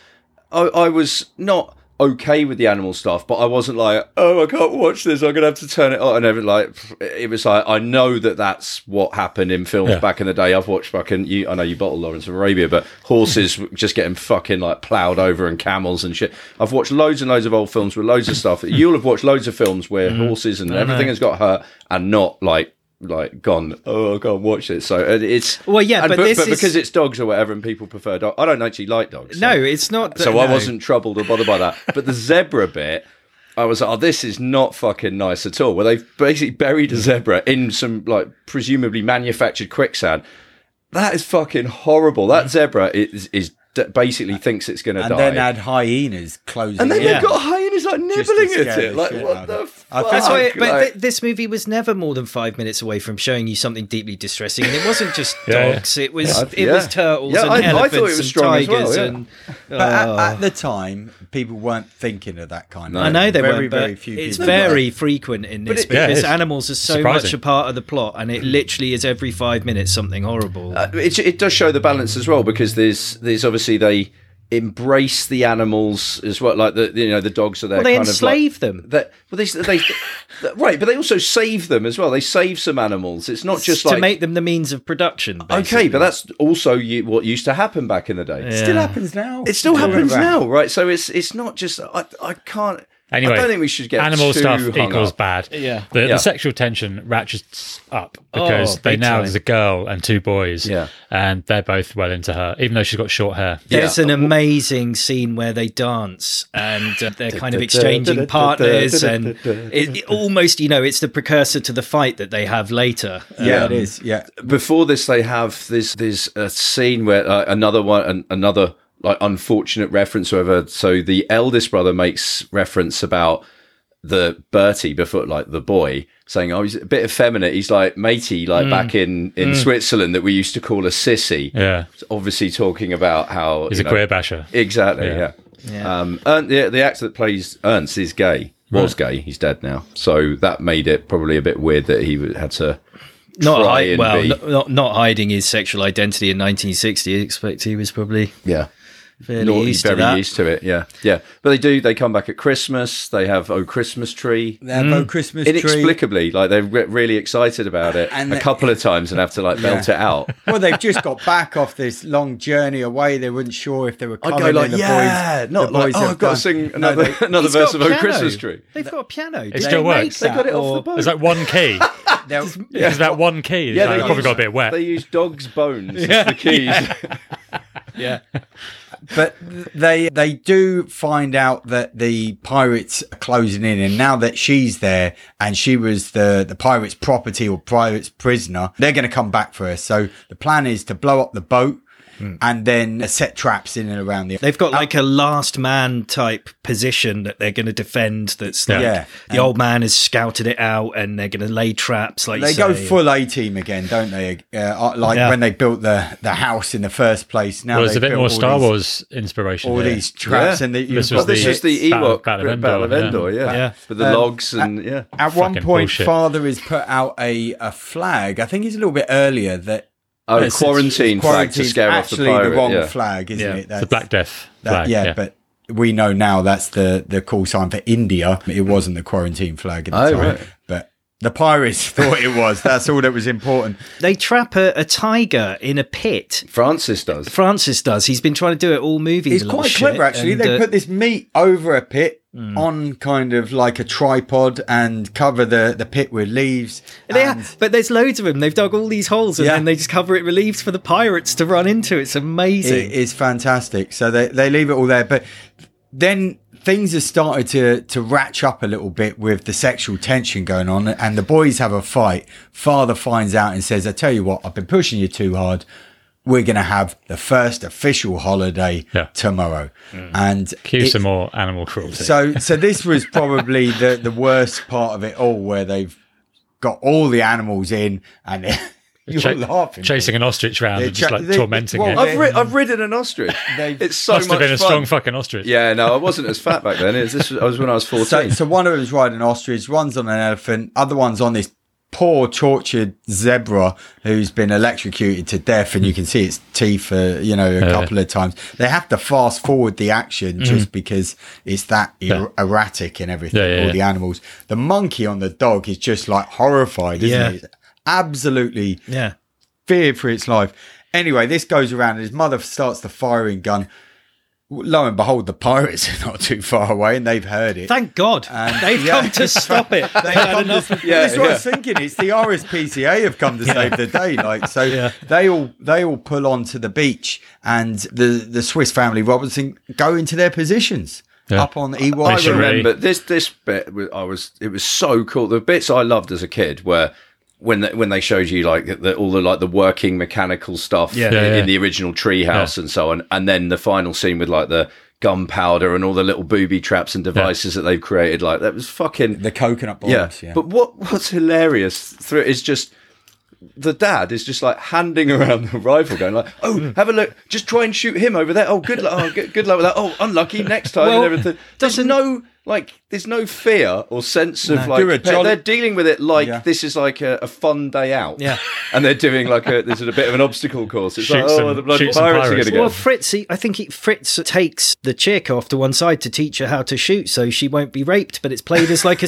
[SPEAKER 2] I, I was not okay with the animal stuff, but I wasn't like, oh, I can't watch this. I'm going to have to turn it on. And everything like, it was like, I know that that's what happened in films
[SPEAKER 1] Yeah.
[SPEAKER 2] back in the day. I've watched fucking, you, I know you bottle Lawrence of Arabia, but horses just getting fucking like ploughed over and camels and shit. I've watched loads and loads of old films with loads of stuff. You'll have watched loads of films where horses and everything has got hurt and not like, like gone. Oh, I can't watch it. So and it's
[SPEAKER 4] Well, yeah,
[SPEAKER 2] and
[SPEAKER 4] but this
[SPEAKER 2] but
[SPEAKER 4] is-
[SPEAKER 2] because it's dogs or whatever, and people prefer dogs. I don't actually like dogs.
[SPEAKER 4] No,
[SPEAKER 2] so-
[SPEAKER 4] it's not. that-
[SPEAKER 2] so I
[SPEAKER 4] no.
[SPEAKER 2] wasn't troubled or bothered by that. But the zebra bit, I was like, oh, this is not fucking nice at all. Where they've basically buried a zebra in some like presumably manufactured quicksand. That is fucking horrible. That zebra is is d- basically thinks it's going to
[SPEAKER 3] and
[SPEAKER 2] die.
[SPEAKER 3] then had hyenas closing.
[SPEAKER 2] and then
[SPEAKER 3] in.
[SPEAKER 4] Yeah.
[SPEAKER 2] they've got hyenas like nibbling
[SPEAKER 3] to
[SPEAKER 2] at
[SPEAKER 3] scare
[SPEAKER 2] it.
[SPEAKER 3] the
[SPEAKER 2] Like
[SPEAKER 3] shit
[SPEAKER 2] what
[SPEAKER 3] out
[SPEAKER 2] the
[SPEAKER 3] of it.
[SPEAKER 2] fuck?
[SPEAKER 3] I think-
[SPEAKER 4] That's why,
[SPEAKER 2] Like,
[SPEAKER 4] but th- this movie was never more than five minutes away from showing you something deeply distressing, and it wasn't just
[SPEAKER 1] Yeah, yeah.
[SPEAKER 4] dogs; it was
[SPEAKER 2] Yeah,
[SPEAKER 4] it
[SPEAKER 2] yeah.
[SPEAKER 4] was turtles
[SPEAKER 2] Yeah,
[SPEAKER 4] and
[SPEAKER 2] I- I thought it
[SPEAKER 4] elephants
[SPEAKER 2] was
[SPEAKER 4] and
[SPEAKER 2] strong as
[SPEAKER 4] tigers.
[SPEAKER 2] well, yeah.
[SPEAKER 4] And
[SPEAKER 3] But at,
[SPEAKER 4] Oh.
[SPEAKER 3] at the time, people weren't thinking of that kind. of
[SPEAKER 4] I know they
[SPEAKER 3] very,
[SPEAKER 4] weren't, but
[SPEAKER 3] very few.
[SPEAKER 4] it's
[SPEAKER 3] people
[SPEAKER 4] very frequent in this
[SPEAKER 2] it- Hmm.
[SPEAKER 1] Yeah, it
[SPEAKER 4] because
[SPEAKER 1] is.
[SPEAKER 4] animals are so
[SPEAKER 1] Surprising.
[SPEAKER 4] much a part of the plot, and it literally is every five minutes something horrible.
[SPEAKER 2] Uh, it, it does show the balance as well because there's there's obviously they embrace the animals as well like the you know the dogs are there
[SPEAKER 4] well, they
[SPEAKER 2] kind
[SPEAKER 4] enslave
[SPEAKER 2] of like,
[SPEAKER 4] them.
[SPEAKER 2] that well they, they that- right but they also save them as well they save some animals it's not just
[SPEAKER 4] to
[SPEAKER 2] like
[SPEAKER 4] make them the means of production.
[SPEAKER 2] okay
[SPEAKER 4] basically.
[SPEAKER 2] but that's also you, what used to happen back in the day
[SPEAKER 4] Yeah.
[SPEAKER 3] Still happens now.
[SPEAKER 2] it still
[SPEAKER 3] Talking
[SPEAKER 2] happens
[SPEAKER 3] about-
[SPEAKER 2] now right so it's it's not just i, I can't
[SPEAKER 1] Anyway,
[SPEAKER 2] i don't think we should get
[SPEAKER 1] animal
[SPEAKER 2] too
[SPEAKER 1] stuff
[SPEAKER 2] hung
[SPEAKER 1] equals
[SPEAKER 2] up.
[SPEAKER 1] bad.
[SPEAKER 4] Yeah.
[SPEAKER 1] The,
[SPEAKER 2] Yeah.
[SPEAKER 1] the sexual tension ratchets up because
[SPEAKER 4] Oh,
[SPEAKER 1] they
[SPEAKER 4] big
[SPEAKER 1] now
[SPEAKER 4] time.
[SPEAKER 1] there's a girl and two boys.
[SPEAKER 2] Yeah.
[SPEAKER 1] And they're both well into her, even though she's got short hair.
[SPEAKER 4] There's
[SPEAKER 2] Yeah.
[SPEAKER 4] an amazing scene where they dance and uh, they're kind of exchanging partners, and it, it almost, you know, it's the precursor to the fight that they have later. Uh,
[SPEAKER 3] Yeah, it is. Yeah,
[SPEAKER 2] before this they have this there's a scene where uh, another one an, another like unfortunate reference or whatever so the eldest brother makes reference about the Bertie before like the boy saying oh he's a bit effeminate he's like matey like back in in Switzerland that we used to call a sissy
[SPEAKER 1] Mm. Yeah.
[SPEAKER 2] It's obviously talking about how
[SPEAKER 1] He's
[SPEAKER 2] you
[SPEAKER 1] a
[SPEAKER 2] know-
[SPEAKER 1] queer basher.
[SPEAKER 2] exactly yeah,
[SPEAKER 4] Yeah.
[SPEAKER 2] um Ern- the, the actor that plays Ernst is gay was gay he's dead now so that made it probably a bit weird that he had to
[SPEAKER 4] not
[SPEAKER 2] try
[SPEAKER 4] hi-
[SPEAKER 2] and
[SPEAKER 4] well,
[SPEAKER 2] be-
[SPEAKER 4] not, not not hiding his sexual identity in 1960. I expect he was probably
[SPEAKER 2] yeah
[SPEAKER 4] fairly
[SPEAKER 2] Naughty,
[SPEAKER 4] used to
[SPEAKER 2] very
[SPEAKER 4] that.
[SPEAKER 2] used to it. Yeah, yeah. But they do. They come back at Christmas. They have oh Christmas tree.
[SPEAKER 3] they have
[SPEAKER 4] Mm.
[SPEAKER 3] a Christmas tree.
[SPEAKER 2] Inexplicably, like they're re- really excited about it
[SPEAKER 3] And
[SPEAKER 2] a
[SPEAKER 3] the-
[SPEAKER 2] couple of times and have to like belt it out.
[SPEAKER 3] Well, they've just got back off this long journey away. They weren't sure if they were
[SPEAKER 2] I'd
[SPEAKER 3] coming.
[SPEAKER 2] go like,
[SPEAKER 3] and the
[SPEAKER 2] yeah,
[SPEAKER 3] boys,
[SPEAKER 2] not
[SPEAKER 3] the
[SPEAKER 2] like,
[SPEAKER 3] boys
[SPEAKER 2] oh,
[SPEAKER 3] have
[SPEAKER 2] I've got
[SPEAKER 3] done-
[SPEAKER 2] to sing
[SPEAKER 3] No,
[SPEAKER 2] another,
[SPEAKER 3] they-
[SPEAKER 2] another
[SPEAKER 4] He's got
[SPEAKER 2] verse of oh
[SPEAKER 4] piano.
[SPEAKER 2] Christmas tree.
[SPEAKER 4] They've got a piano. It
[SPEAKER 1] still works.
[SPEAKER 2] They got it off the boat.
[SPEAKER 1] There's like one key.
[SPEAKER 3] they'll-
[SPEAKER 1] There's that one key. It's like,
[SPEAKER 2] they
[SPEAKER 1] probably
[SPEAKER 2] use-
[SPEAKER 1] got a bit wet.
[SPEAKER 2] They use dog's bones as the keys.
[SPEAKER 4] Yeah.
[SPEAKER 3] but they they do find out that the pirates are closing in and now that she's there and she was the the pirates property or pirates prisoner they're going to come back for her so the plan is to blow up the boat
[SPEAKER 1] Hmm.
[SPEAKER 3] and then set traps in and around the
[SPEAKER 4] They've got like a last man type position that they're going to defend. That's like
[SPEAKER 3] Yeah.
[SPEAKER 4] the old man has scouted it out, and they're going to lay traps. Like you
[SPEAKER 3] they go
[SPEAKER 4] say.
[SPEAKER 3] full A team again, don't they? Uh, like
[SPEAKER 4] Yeah.
[SPEAKER 3] when they built the, the house in the first place. Now
[SPEAKER 1] well, there's a
[SPEAKER 3] they've
[SPEAKER 1] bit
[SPEAKER 3] built
[SPEAKER 1] more
[SPEAKER 3] all
[SPEAKER 1] Star
[SPEAKER 3] these-
[SPEAKER 1] Wars inspiration.
[SPEAKER 3] all
[SPEAKER 1] here.
[SPEAKER 3] these traps
[SPEAKER 2] Yeah.
[SPEAKER 3] and the,
[SPEAKER 1] This
[SPEAKER 3] you've
[SPEAKER 1] was
[SPEAKER 2] Well,
[SPEAKER 3] got
[SPEAKER 2] this
[SPEAKER 1] the-
[SPEAKER 2] is the
[SPEAKER 1] Battle-
[SPEAKER 2] Ewok
[SPEAKER 1] Battle of
[SPEAKER 2] Battle of
[SPEAKER 1] Endor,
[SPEAKER 2] Endor, yeah.
[SPEAKER 4] Yeah.
[SPEAKER 2] With the
[SPEAKER 3] Um,
[SPEAKER 2] logs and yeah.
[SPEAKER 3] At one
[SPEAKER 1] Fucking
[SPEAKER 3] point,
[SPEAKER 1] bullshit.
[SPEAKER 3] father has put out a, a flag. I think it's a little bit earlier that
[SPEAKER 2] Oh,
[SPEAKER 3] it's- it's-
[SPEAKER 2] quarantine flag to
[SPEAKER 3] quarantine's
[SPEAKER 2] scare off the
[SPEAKER 3] actually
[SPEAKER 2] pirate.
[SPEAKER 3] the wrong
[SPEAKER 2] yeah.
[SPEAKER 3] flag, isn't
[SPEAKER 4] Yeah.
[SPEAKER 3] it?
[SPEAKER 1] It's
[SPEAKER 3] That's,
[SPEAKER 1] the Black Death
[SPEAKER 3] that-
[SPEAKER 1] flag.
[SPEAKER 3] yeah, but we know now that's the the call sign for India. It wasn't the quarantine flag at the
[SPEAKER 2] Oh,
[SPEAKER 3] time,
[SPEAKER 2] right.
[SPEAKER 3] but The pirates thought it was. That's all that was important.
[SPEAKER 4] They trap a, a tiger in a pit.
[SPEAKER 2] Francis does.
[SPEAKER 4] Francis does. He's been trying to do it all movies.
[SPEAKER 3] It's
[SPEAKER 4] a lot of
[SPEAKER 3] quite
[SPEAKER 4] shit,
[SPEAKER 3] clever, actually.
[SPEAKER 4] and,
[SPEAKER 3] they
[SPEAKER 4] uh,
[SPEAKER 3] put this meat over a pit on kind of like a tripod and cover the, the pit with leaves.
[SPEAKER 4] They
[SPEAKER 3] and-
[SPEAKER 4] but there's loads of them. They've dug all these holes and
[SPEAKER 3] Yeah.
[SPEAKER 4] then they just cover it with leaves for the pirates to run into. It's amazing.
[SPEAKER 3] It is fantastic. So they, they leave it all there. But then things have started to, to ratchet up a little bit with the sexual tension going on. And the boys have a fight. Father finds out and says, I tell you what, I've been pushing you too hard. We're going to have the first official holiday
[SPEAKER 1] Yeah. Mm.
[SPEAKER 3] tomorrow. And
[SPEAKER 1] Cue
[SPEAKER 3] it-
[SPEAKER 1] some more animal cruelty.
[SPEAKER 3] so, so this was probably the, the worst part of it all, where they've got all the animals in and you're
[SPEAKER 1] Cha-
[SPEAKER 3] laughing.
[SPEAKER 1] chasing an ostrich round
[SPEAKER 3] They
[SPEAKER 1] and just
[SPEAKER 3] cha-
[SPEAKER 1] like
[SPEAKER 3] they-
[SPEAKER 1] tormenting
[SPEAKER 3] well,
[SPEAKER 1] it.
[SPEAKER 3] I've
[SPEAKER 2] I've, ri- I've ridden an ostrich.
[SPEAKER 3] They've-
[SPEAKER 2] It's so
[SPEAKER 1] Must
[SPEAKER 2] much
[SPEAKER 1] have been a
[SPEAKER 2] fun.
[SPEAKER 1] strong fucking ostrich.
[SPEAKER 2] Yeah, no, I wasn't as fat back then. It was, this was, I was when I was
[SPEAKER 3] So,
[SPEAKER 2] fourteen.
[SPEAKER 3] so one of them's riding an ostrich, one's on an elephant, other one's on this poor tortured zebra who's been electrocuted to death, and you can see its teeth, uh, you know, a couple of times. They have to fast forward the action
[SPEAKER 1] Mm.
[SPEAKER 3] just because it's that er- erratic and everything.
[SPEAKER 1] Yeah, yeah,
[SPEAKER 3] all
[SPEAKER 1] yeah.
[SPEAKER 3] the animals. The monkey on the dog is just like horrified, isn't
[SPEAKER 4] Yeah.
[SPEAKER 3] it? Absolutely
[SPEAKER 4] yeah.
[SPEAKER 3] fear for its life. Anyway, this goes around, and his mother starts the firing gun. Lo and behold, the pirates are not too far away, and they've heard it.
[SPEAKER 4] Thank God. They've
[SPEAKER 3] yeah.
[SPEAKER 4] come to stop it. They've had enough of
[SPEAKER 2] Yeah,
[SPEAKER 3] That's what I
[SPEAKER 2] yeah.
[SPEAKER 3] was thinking. It's the RSPCA have come to save the day. Like so, they all they all pull onto the beach, and the the Swiss Family Robinson go into their positions
[SPEAKER 1] Yeah.
[SPEAKER 3] up on EY.
[SPEAKER 1] I should
[SPEAKER 3] Road.
[SPEAKER 1] really-
[SPEAKER 2] remember this this bit was- I was it was so cool. The bits I loved as a kid were when they, when they showed you like the, all the like the working mechanical stuff
[SPEAKER 4] Yeah.
[SPEAKER 2] in,
[SPEAKER 1] Yeah, yeah.
[SPEAKER 2] in the original treehouse and so on, and then the final scene with like the gunpowder and all the little booby traps and devices that they've created. Like that was fucking
[SPEAKER 3] the coconut bombs.
[SPEAKER 2] yeah.
[SPEAKER 3] Yeah,
[SPEAKER 2] But what what's hilarious through it is just the dad is just like handing around the rifle, going like, "Oh, have a look! Just try and shoot him over there. Oh, good luck! Oh, good, good luck with that. Oh, unlucky next time
[SPEAKER 4] Well,
[SPEAKER 2] and everything." There's no like, there's no fear or sense of like
[SPEAKER 3] Do a jolly-
[SPEAKER 2] they're dealing with it like
[SPEAKER 3] Yeah.
[SPEAKER 2] this is like a, a fun day out.
[SPEAKER 4] Yeah.
[SPEAKER 2] and they're doing like a there's a bit of an obstacle course. It's
[SPEAKER 1] Shoot
[SPEAKER 2] like,
[SPEAKER 1] some-
[SPEAKER 2] oh, the bloody
[SPEAKER 1] shoot some
[SPEAKER 2] pirates are going
[SPEAKER 1] pirates.
[SPEAKER 2] to get.
[SPEAKER 4] Well, Fritz, he, I think he, Fritz takes the chick off to one side to teach her how to shoot so she won't be raped, but it's played as like a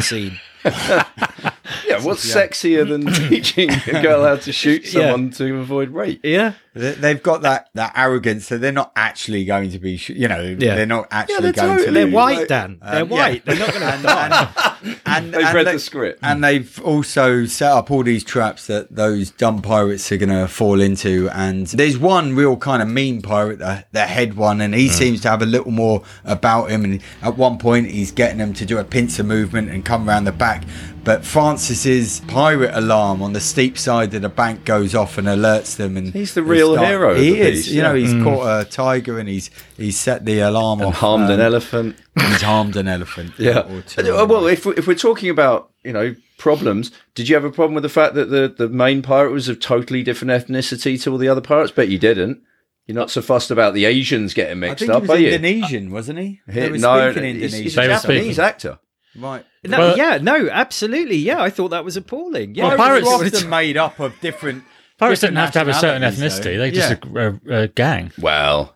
[SPEAKER 4] scene.
[SPEAKER 2] yeah, what's sexier than teaching a girl how to shoot someone to avoid rape?
[SPEAKER 4] Yeah.
[SPEAKER 3] They- They've got that, that arrogance that they're not actually going to be, sh- you know,
[SPEAKER 4] Yeah.
[SPEAKER 3] they're not actually
[SPEAKER 2] they're
[SPEAKER 3] going to.
[SPEAKER 2] totally-
[SPEAKER 4] They're
[SPEAKER 3] lose.
[SPEAKER 4] white, Dan. They're
[SPEAKER 3] Um, yeah.
[SPEAKER 4] white. They're not going to
[SPEAKER 3] and, and, and,
[SPEAKER 2] They've
[SPEAKER 3] and
[SPEAKER 2] read
[SPEAKER 3] they-
[SPEAKER 2] the script.
[SPEAKER 3] And they've also set up all these traps that those dumb pirates are going to fall into. And there's one real kind of mean pirate, the, the head one, and
[SPEAKER 2] Mm.
[SPEAKER 3] he seems to have a little more about him. And at one point, he's getting them to do a pincer movement and come round the back. But Francis's pirate alarm on the steep side of the bank goes off and alerts them. And
[SPEAKER 2] He's the
[SPEAKER 3] they
[SPEAKER 2] real hero of
[SPEAKER 3] He
[SPEAKER 2] the
[SPEAKER 3] is.
[SPEAKER 2] piece,
[SPEAKER 3] You know,
[SPEAKER 2] yeah.
[SPEAKER 3] he's caught a tiger and he's he's set the alarm off.
[SPEAKER 2] Harmed
[SPEAKER 3] um,
[SPEAKER 2] an elephant.
[SPEAKER 3] He's harmed an elephant.
[SPEAKER 2] Yeah.
[SPEAKER 3] Or two.
[SPEAKER 2] Uh, Well, if we- if we're talking about you know problems, did you have a problem with the fact that the the main pirate was of totally different ethnicity to all the other pirates? Bet you didn't. You're not so fussed about the Asians getting
[SPEAKER 3] I
[SPEAKER 2] mixed
[SPEAKER 3] think
[SPEAKER 2] up,
[SPEAKER 3] he
[SPEAKER 2] are
[SPEAKER 3] was
[SPEAKER 2] you?
[SPEAKER 3] Indonesian, wasn't he? They were speaking
[SPEAKER 2] he's,
[SPEAKER 3] Indonesian.
[SPEAKER 2] he's
[SPEAKER 1] They
[SPEAKER 2] a
[SPEAKER 1] were
[SPEAKER 2] Japanese
[SPEAKER 1] speaking.
[SPEAKER 2] actor.
[SPEAKER 3] right.
[SPEAKER 4] No,
[SPEAKER 1] Well-
[SPEAKER 4] yeah, no, absolutely. Yeah, I thought that was appalling. Yeah,
[SPEAKER 1] Well,
[SPEAKER 3] Pirates
[SPEAKER 1] Pirates-
[SPEAKER 3] are often made up of different.
[SPEAKER 1] Pirates
[SPEAKER 3] different
[SPEAKER 1] didn't have to have a certain
[SPEAKER 3] nationalities,
[SPEAKER 1] ethnicity.
[SPEAKER 3] though.
[SPEAKER 1] They just a, a, a gang.
[SPEAKER 2] Well,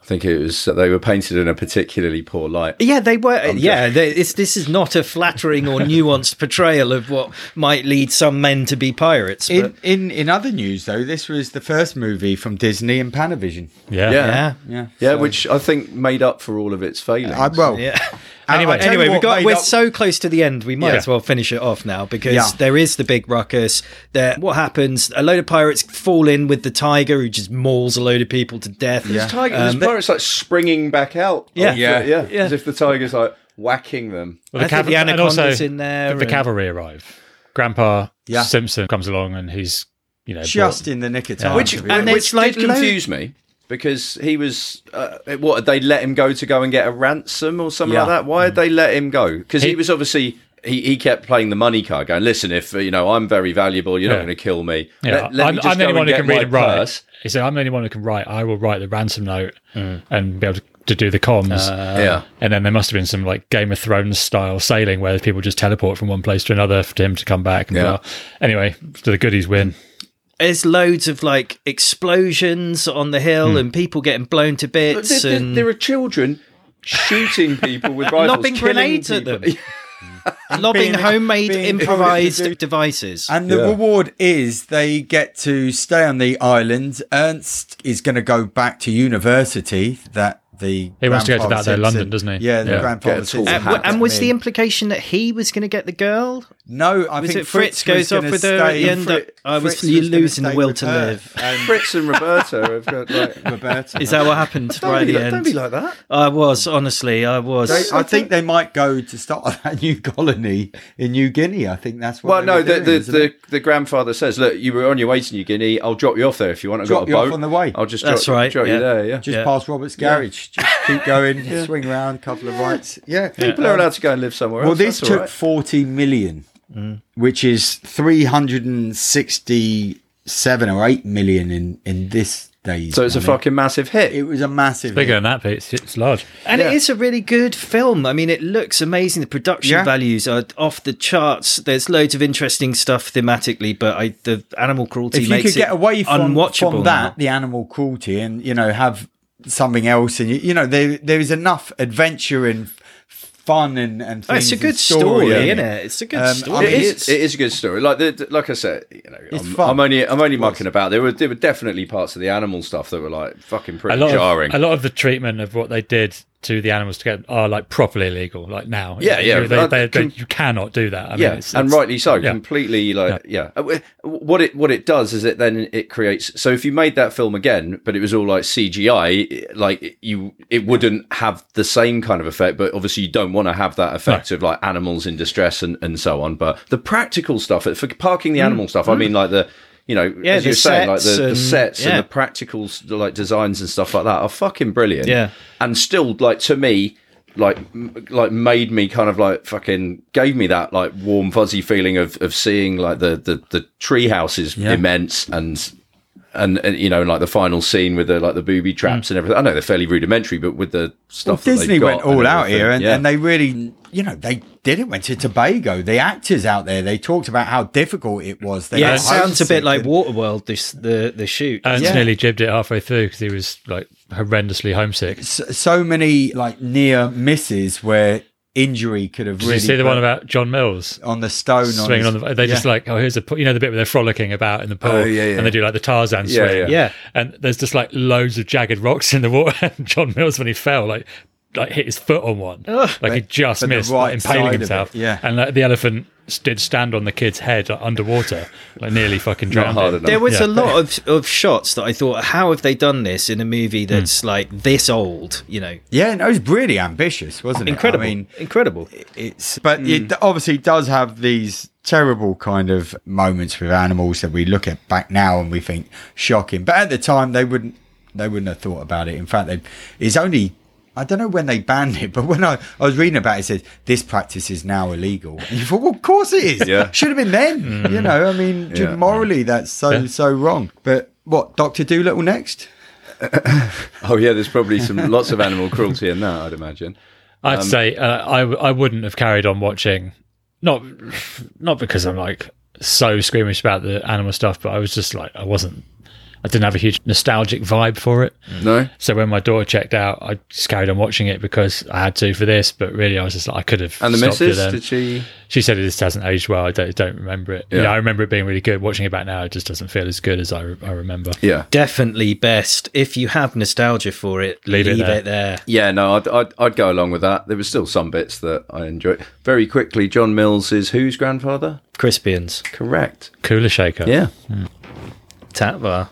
[SPEAKER 2] I think it was they were painted in a particularly poor light.
[SPEAKER 4] Yeah, they were. yeah, they, it's, this is not a flattering or nuanced portrayal of what might lead some men to be pirates. But,
[SPEAKER 3] In, in in other news, though, this was the first movie from Disney and Panavision.
[SPEAKER 1] Yeah.
[SPEAKER 2] Yeah.
[SPEAKER 4] yeah.
[SPEAKER 3] Yeah,
[SPEAKER 2] Yeah,
[SPEAKER 3] so-
[SPEAKER 2] which I think made up for all of its failings.
[SPEAKER 3] I, Uh, well,
[SPEAKER 4] Yeah.
[SPEAKER 3] I- I
[SPEAKER 4] Anyway,
[SPEAKER 3] tell you
[SPEAKER 4] anyway, we
[SPEAKER 3] what
[SPEAKER 4] got
[SPEAKER 3] made
[SPEAKER 4] we're
[SPEAKER 3] up-
[SPEAKER 4] so close to the end. We might
[SPEAKER 1] Yeah.
[SPEAKER 4] as well finish it off now because
[SPEAKER 3] Yeah.
[SPEAKER 4] there is the big ruckus. There, what happens? A load of pirates fall in with the tiger, who just mauls a load of people to death. Um,
[SPEAKER 2] This tiger, this
[SPEAKER 3] um,
[SPEAKER 2] pirate's like springing back out.
[SPEAKER 4] Yeah.
[SPEAKER 2] Of the-
[SPEAKER 4] Yeah.
[SPEAKER 2] yeah,
[SPEAKER 4] Yeah.
[SPEAKER 2] As if the tiger's like whacking them.
[SPEAKER 1] Well,
[SPEAKER 4] I think the
[SPEAKER 1] and
[SPEAKER 4] anaconda's
[SPEAKER 1] also
[SPEAKER 4] in there
[SPEAKER 1] The
[SPEAKER 4] and-
[SPEAKER 1] cavalry arrive. Grandpa
[SPEAKER 3] Yeah.
[SPEAKER 1] Simpson comes along and he's, you know,
[SPEAKER 3] just
[SPEAKER 1] brought-
[SPEAKER 3] in the nick of time.
[SPEAKER 2] which
[SPEAKER 3] to be
[SPEAKER 4] and
[SPEAKER 3] honest.
[SPEAKER 4] it's
[SPEAKER 2] which
[SPEAKER 4] like
[SPEAKER 2] did
[SPEAKER 4] low-
[SPEAKER 2] confuse me because he was uh, what they let him go to go and get a ransom or something
[SPEAKER 3] Yeah.
[SPEAKER 2] like that. Why had they let him go? Because he,
[SPEAKER 1] Mm. He-
[SPEAKER 2] was obviously. He, he kept playing the money card, going, "Listen, if uh, you know I'm very valuable, you're not
[SPEAKER 1] Yeah.
[SPEAKER 2] going to kill me.
[SPEAKER 1] Yeah,
[SPEAKER 2] Let- let me
[SPEAKER 1] I'm,
[SPEAKER 2] just
[SPEAKER 1] I'm the only
[SPEAKER 2] go and
[SPEAKER 1] one who
[SPEAKER 2] get
[SPEAKER 1] can
[SPEAKER 2] my
[SPEAKER 1] read and write.
[SPEAKER 2] purse."
[SPEAKER 1] He said, "I'm the only one who can write. I will write the ransom note and be able to, to do the comms."
[SPEAKER 2] yeah.
[SPEAKER 1] And then there must have been some like Game of Thrones style sailing where people just teleport from one place to another for him to come back. And
[SPEAKER 2] Yeah.
[SPEAKER 1] blah. Anyway, so the goodies win.
[SPEAKER 4] There's loads of like explosions on the hill and people getting blown to
[SPEAKER 2] But
[SPEAKER 4] bits
[SPEAKER 2] there, there-
[SPEAKER 4] and
[SPEAKER 2] there are children shooting people with rifles,
[SPEAKER 4] lobbing
[SPEAKER 2] killing
[SPEAKER 4] grenades at
[SPEAKER 2] people.
[SPEAKER 4] them. lobbing
[SPEAKER 3] being-
[SPEAKER 4] homemade
[SPEAKER 3] being-
[SPEAKER 4] improvised devices.
[SPEAKER 3] And the
[SPEAKER 2] Yeah.
[SPEAKER 3] reward is they get to stay on the island. Ernst is going to go back to university. That the
[SPEAKER 1] He wants to go to
[SPEAKER 3] grandfather
[SPEAKER 1] that, though,
[SPEAKER 3] Simpson-
[SPEAKER 1] London, doesn't he?
[SPEAKER 3] Yeah, the
[SPEAKER 1] Yeah.
[SPEAKER 3] grandfather.
[SPEAKER 2] Get a tall hat.
[SPEAKER 3] Simpson
[SPEAKER 4] Uh, w-
[SPEAKER 3] happened
[SPEAKER 4] and
[SPEAKER 3] to
[SPEAKER 4] was the
[SPEAKER 3] me.
[SPEAKER 4] implication that he was going to get the girl?
[SPEAKER 3] no? I
[SPEAKER 4] was
[SPEAKER 3] think
[SPEAKER 4] it Fritz goes off
[SPEAKER 3] gonna
[SPEAKER 4] with her at
[SPEAKER 3] stay-
[SPEAKER 4] the end?
[SPEAKER 3] Fri-
[SPEAKER 4] I was
[SPEAKER 3] Fritz gonna
[SPEAKER 4] losing the
[SPEAKER 3] stay
[SPEAKER 4] will
[SPEAKER 3] with
[SPEAKER 4] to
[SPEAKER 3] her.
[SPEAKER 4] live.
[SPEAKER 3] And
[SPEAKER 2] Fritz and Roberto have got like.
[SPEAKER 3] Roberta.
[SPEAKER 4] Is that what happened
[SPEAKER 2] Don't,
[SPEAKER 4] right at
[SPEAKER 2] be
[SPEAKER 4] the
[SPEAKER 2] like,
[SPEAKER 4] end?
[SPEAKER 2] don't be like that.
[SPEAKER 4] I was honestly, I was.
[SPEAKER 3] They, I think they might go to start a new colony in New Guinea. I think that's what.
[SPEAKER 2] Well,
[SPEAKER 3] they
[SPEAKER 2] no,
[SPEAKER 3] were
[SPEAKER 2] the,
[SPEAKER 3] doing,
[SPEAKER 2] the,
[SPEAKER 3] isn't it?
[SPEAKER 2] the, the grandfather says, Look, you were on your way to New Guinea. I'll drop you off there if you want. I've
[SPEAKER 3] Drop
[SPEAKER 2] got a
[SPEAKER 3] you off
[SPEAKER 2] boat.
[SPEAKER 3] on the way."
[SPEAKER 2] I'll just
[SPEAKER 4] That's
[SPEAKER 2] drop,
[SPEAKER 4] right,
[SPEAKER 2] drop
[SPEAKER 4] yeah.
[SPEAKER 2] you there. Yeah.
[SPEAKER 3] just
[SPEAKER 4] yeah.
[SPEAKER 3] past Robert's garage. Just keep going, swing around, a couple of rights. Yeah,
[SPEAKER 2] People are allowed to go and live somewhere
[SPEAKER 3] Well,
[SPEAKER 2] else.
[SPEAKER 3] this
[SPEAKER 2] That's all
[SPEAKER 3] took
[SPEAKER 2] right.
[SPEAKER 3] 40 million, which is 367 or 8 million in, in this day's.
[SPEAKER 2] So it's a
[SPEAKER 3] money.
[SPEAKER 2] fucking massive hit.
[SPEAKER 3] It was a massive.
[SPEAKER 1] Bigger
[SPEAKER 3] hit.
[SPEAKER 1] than that, Pete. It's, it's large.
[SPEAKER 4] and it is a really good film. I mean, it looks amazing. The production
[SPEAKER 3] Yeah.
[SPEAKER 4] values are off the charts. There's loads of interesting stuff thematically, but I, the animal cruelty
[SPEAKER 3] If you
[SPEAKER 4] makes
[SPEAKER 3] could get
[SPEAKER 4] it
[SPEAKER 3] away from,
[SPEAKER 4] unwatchable
[SPEAKER 3] from
[SPEAKER 4] now.
[SPEAKER 3] that, the animal cruelty, and, you know, have something else, and, you, you know, there there is enough adventure and fun and, and
[SPEAKER 4] Oh,
[SPEAKER 3] things.
[SPEAKER 4] it's a
[SPEAKER 3] and
[SPEAKER 4] good story,
[SPEAKER 3] in
[SPEAKER 4] isn't it? It's a good
[SPEAKER 3] Um, I
[SPEAKER 4] story.
[SPEAKER 2] It
[SPEAKER 3] mean, it's-
[SPEAKER 2] is, it is a good story. Like the, like I said, you know,
[SPEAKER 3] It's
[SPEAKER 2] I'm,
[SPEAKER 3] fun.
[SPEAKER 2] I'm only I'm only mucking about. There were there were definitely parts of the animal stuff that were like fucking
[SPEAKER 1] A
[SPEAKER 2] pretty
[SPEAKER 1] lot,
[SPEAKER 2] jarring.
[SPEAKER 1] of, a lot of the treatment of what they did to the animals to get are like properly illegal, like now.
[SPEAKER 2] Yeah, yeah.
[SPEAKER 1] You, they-
[SPEAKER 2] Uh,
[SPEAKER 1] they- they-
[SPEAKER 2] can-
[SPEAKER 1] you cannot do that. I mean,
[SPEAKER 2] yeah,
[SPEAKER 1] it's-
[SPEAKER 2] and
[SPEAKER 1] it's-
[SPEAKER 2] rightly so.
[SPEAKER 1] yeah.
[SPEAKER 2] Completely like yeah. Uh, wh- What it what it does is it then it creates. So if you made that film again, but it was all like CGI, it- like you it wouldn't have the same kind of effect. But obviously you don't want to have that effect of like animals in distress and and so on. But the practical stuff for parking the animal stuff. I mean like the. You know,
[SPEAKER 4] Yeah,
[SPEAKER 2] as you're
[SPEAKER 4] the
[SPEAKER 2] saying, like the,
[SPEAKER 4] sets
[SPEAKER 2] the
[SPEAKER 4] and-
[SPEAKER 2] sets
[SPEAKER 4] yeah.
[SPEAKER 2] and the practical s- like designs and stuff like that are fucking brilliant.
[SPEAKER 4] Yeah.
[SPEAKER 2] and still like to me, like m- like made me kind of like fucking gave me that like warm fuzzy feeling of of seeing like the the the tree house is immense and. And, and you know, like the final scene with the like the booby traps and everything. I know they're fairly rudimentary, but with the stuff that
[SPEAKER 3] Mm. Disney
[SPEAKER 2] they've got
[SPEAKER 3] went
[SPEAKER 2] and
[SPEAKER 3] all out
[SPEAKER 2] everything,
[SPEAKER 3] here, and,
[SPEAKER 2] yeah.
[SPEAKER 3] and they really, you know, they did it. Went to Tobago. The actors out there, they talked about how difficult it was. They
[SPEAKER 4] yeah,
[SPEAKER 3] were
[SPEAKER 4] it sounds a
[SPEAKER 3] homesick
[SPEAKER 4] bit like
[SPEAKER 3] and-
[SPEAKER 4] Waterworld. This the the shoot.
[SPEAKER 1] Ernst
[SPEAKER 3] Yeah.
[SPEAKER 1] nearly jibbed it halfway through because he was like horrendously homesick.
[SPEAKER 3] so, so many like near misses where injury could have
[SPEAKER 1] Did
[SPEAKER 3] really.
[SPEAKER 1] you see the one
[SPEAKER 3] put-
[SPEAKER 1] about John Mills?
[SPEAKER 3] on the stone?
[SPEAKER 1] Swinging on
[SPEAKER 3] his-
[SPEAKER 1] the, they just
[SPEAKER 3] Yeah.
[SPEAKER 1] like oh here's a pool. you know the bit where they're frolicking about in the pool
[SPEAKER 2] Oh, yeah, yeah.
[SPEAKER 1] and they do like the Tarzan
[SPEAKER 2] Yeah,
[SPEAKER 1] swing
[SPEAKER 2] yeah.
[SPEAKER 4] Yeah.
[SPEAKER 1] and there's just like loads of jagged rocks in the water and John Mills when he fell like like hit his foot on one like he just
[SPEAKER 3] but the
[SPEAKER 1] missed
[SPEAKER 3] right
[SPEAKER 1] like,
[SPEAKER 3] side
[SPEAKER 1] impaling
[SPEAKER 3] of
[SPEAKER 1] himself
[SPEAKER 3] it, yeah.
[SPEAKER 1] and like, the elephant s- did stand on the kid's head like, underwater like nearly fucking drowned
[SPEAKER 2] hard
[SPEAKER 1] him.
[SPEAKER 2] enough.
[SPEAKER 4] There was
[SPEAKER 1] Yeah.
[SPEAKER 4] a lot of, of shots that I thought, how have they done this in a movie that's like this old? You know,
[SPEAKER 3] yeah, no, it was really ambitious, wasn't it?
[SPEAKER 4] incredible,
[SPEAKER 3] I mean,
[SPEAKER 4] incredible.
[SPEAKER 3] it's but
[SPEAKER 2] Mm.
[SPEAKER 3] it obviously does have these terrible kind of moments with animals that we look at back now and we think shocking. But at the time, they wouldn't they wouldn't have thought about it. In fact, they, it's only. I don't know when they banned it, but when I, I was reading about it, it said this practice is now illegal. And you thought, well, of course it is.
[SPEAKER 2] Yeah. Mm.
[SPEAKER 3] Should have been then. You know, I mean,
[SPEAKER 2] Yeah.
[SPEAKER 3] morally, that's so, so wrong. But what, Dr. Doolittle next?
[SPEAKER 2] oh yeah, there's probably some lots of animal cruelty in that. I'd imagine.
[SPEAKER 3] Um,
[SPEAKER 1] I'd say uh, I w- I wouldn't have carried on watching, not not because I'm like so squeamish about the animal stuff, but I was just like I wasn't, I didn't have a huge nostalgic vibe for it.
[SPEAKER 3] Mm.
[SPEAKER 2] No,
[SPEAKER 1] So when my daughter checked out, I just carried on watching it because I had to for this. But really, I was just like I could have.
[SPEAKER 2] and the
[SPEAKER 1] stopped it
[SPEAKER 2] missus
[SPEAKER 1] then.
[SPEAKER 2] did she?
[SPEAKER 1] She said this hasn't aged well. I don't, don't remember it. Yeah.
[SPEAKER 2] Yeah.
[SPEAKER 1] I remember it being really good. Watching it back now, it just doesn't feel as good as I, re- I remember.
[SPEAKER 2] Yeah,
[SPEAKER 4] Definitely best if you have nostalgia for it. Leave,
[SPEAKER 1] it
[SPEAKER 4] it,
[SPEAKER 1] there.
[SPEAKER 4] there.
[SPEAKER 2] Yeah, no, I'd, I'd I'd go along with that. There was still some bits that I enjoyed. Very quickly, John Mills is whose grandfather?
[SPEAKER 4] Crispians,
[SPEAKER 2] Correct.
[SPEAKER 1] Cooler shaker.
[SPEAKER 2] Yeah.
[SPEAKER 4] Tatvar.